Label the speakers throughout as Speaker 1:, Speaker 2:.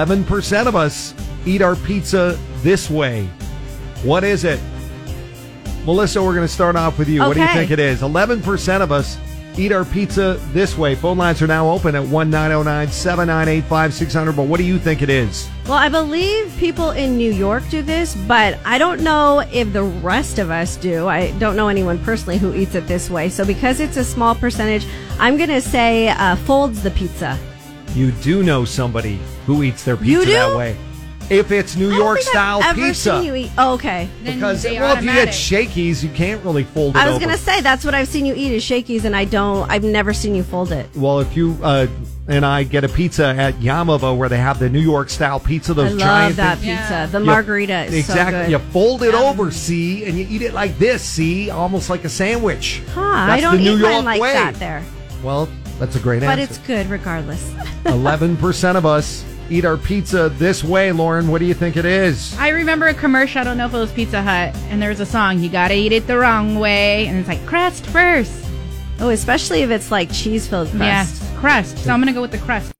Speaker 1: 11% of us eat our pizza this way. What is it? Melissa, we're going to start off with you. What do you
Speaker 2: Okay.
Speaker 1: think it is? 11% of us eat our pizza this way. Phone lines are now open at 1 798 5600. But what do you think it is?
Speaker 2: Well, I believe people in New York do this, but I don't know if the rest of us do. I don't know anyone personally who eats it this way. So because it's a small percentage, I'm going to say uh, folds the pizza.
Speaker 1: You do know somebody who eats their pizza
Speaker 2: You
Speaker 1: that
Speaker 2: do?
Speaker 1: way. If it's New
Speaker 2: I don't
Speaker 1: York
Speaker 2: think
Speaker 1: style
Speaker 2: I've ever
Speaker 1: pizza.
Speaker 2: seen you eat. Oh, okay.
Speaker 3: Then
Speaker 1: because
Speaker 3: they
Speaker 1: well, if you get
Speaker 3: automatic.
Speaker 1: shakies, you can't really fold it.
Speaker 2: I was
Speaker 1: over.
Speaker 2: going to say that's what I've seen you eat is shakies, and I don't. I've never seen you fold it.
Speaker 1: Well, if you uh, and I get a pizza at Yamava where they have the New York style pizza, those
Speaker 2: I
Speaker 1: giant
Speaker 2: love that
Speaker 1: things.
Speaker 2: pizza.
Speaker 3: Yeah.
Speaker 2: The
Speaker 1: You-
Speaker 2: margarita is
Speaker 1: exactly.
Speaker 2: so good.
Speaker 1: You fold it over, see, and you eat it like this, see, almost like a sandwich.
Speaker 2: Huh,
Speaker 1: That's
Speaker 2: I don't
Speaker 1: the New
Speaker 2: eat
Speaker 1: York
Speaker 2: mine like
Speaker 1: way.
Speaker 2: that there,
Speaker 1: Well, that's a great
Speaker 2: but it's
Speaker 1: answer.
Speaker 2: good regardless.
Speaker 1: Eleven percent of us eat our pizza this way, Lauren. What do you think it is?
Speaker 3: I remember a commercial. I don't know if it was Pizza Hut, and there was a song. You gotta eat it the wrong way, and it's like crust first.
Speaker 2: oh, especially if it's like cheese filled crust.
Speaker 3: Yeah, crust. So I'm gonna go with the crust.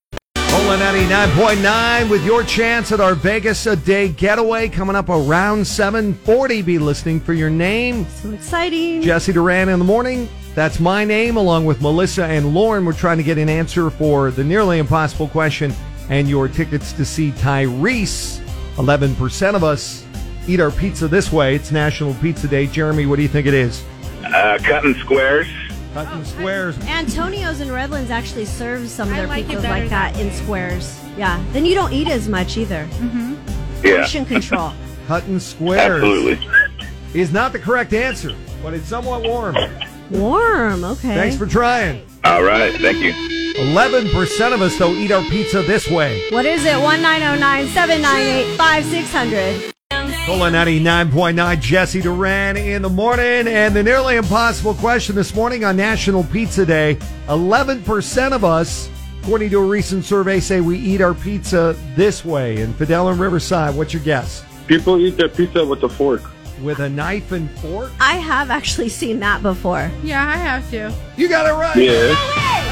Speaker 1: Ola ninety nine point nine with your chance at our Vegas a day getaway coming up around seven forty. Be listening for your name.
Speaker 2: So exciting.
Speaker 1: Jesse Duran in the morning. That's my name, along with Melissa and Lauren. We're trying to get an answer for the nearly impossible question and your tickets to see Tyrese. 11% of us eat our pizza this way. It's National Pizza Day. Jeremy, what do you think it is?
Speaker 4: Uh, cutting squares.
Speaker 1: Cutting squares.
Speaker 2: Antonio's in Redlands actually serves some of
Speaker 3: I
Speaker 2: their
Speaker 3: like it
Speaker 2: pizzas
Speaker 3: better
Speaker 2: like that,
Speaker 3: that
Speaker 2: in
Speaker 3: way.
Speaker 2: squares. Yeah. Then you don't eat as much either.
Speaker 4: Yeah,
Speaker 2: Portion control.
Speaker 1: Cutting squares
Speaker 4: absolutely.
Speaker 1: is not the correct answer, but it's somewhat warm.
Speaker 2: Warm. Okay.
Speaker 1: Thanks for trying.
Speaker 4: All right, thank you.
Speaker 1: 11% of us, though, eat our pizza this way.
Speaker 2: What is it? 1909 798 5600.
Speaker 1: Cola 99.9, Jesse Duran in the morning. And the nearly impossible question this morning on National Pizza Day 11% of us, according to a recent survey, say we eat our pizza this way. In Fidel and Riverside, what's your guess?
Speaker 5: People eat their pizza with a fork.
Speaker 1: With a knife and fork?
Speaker 2: I have actually seen that before.
Speaker 3: Yeah, I have to.
Speaker 1: You got it right.
Speaker 5: Yeah.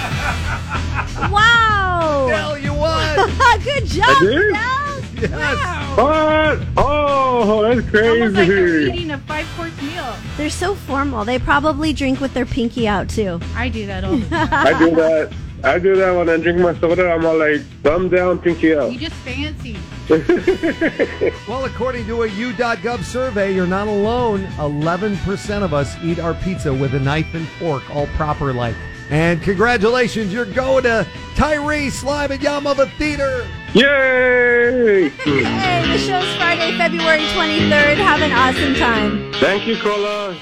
Speaker 2: Wow.
Speaker 1: Fidel, you won.
Speaker 2: Good job,
Speaker 5: did?
Speaker 2: Mel.
Speaker 1: yes.
Speaker 5: What? Oh, that's
Speaker 3: Almost like you're
Speaker 5: crazy.
Speaker 3: eating a five course meal.
Speaker 2: They're so formal. They probably drink with their pinky out too.
Speaker 3: I do that all the time.
Speaker 5: I do that. I do that when I drink my soda. I'm all like, thumb down, pinky up.
Speaker 3: You just fancy.
Speaker 1: Well, according to a U.gov survey, you're not alone. 11% of us eat our pizza with a knife and fork, all proper like. And congratulations, you're going to Tyrese Live at Yamava Theater.
Speaker 5: Yay!
Speaker 2: Hey, the show's Friday, February 23rd. Have an awesome time.
Speaker 5: Thank you, Cola.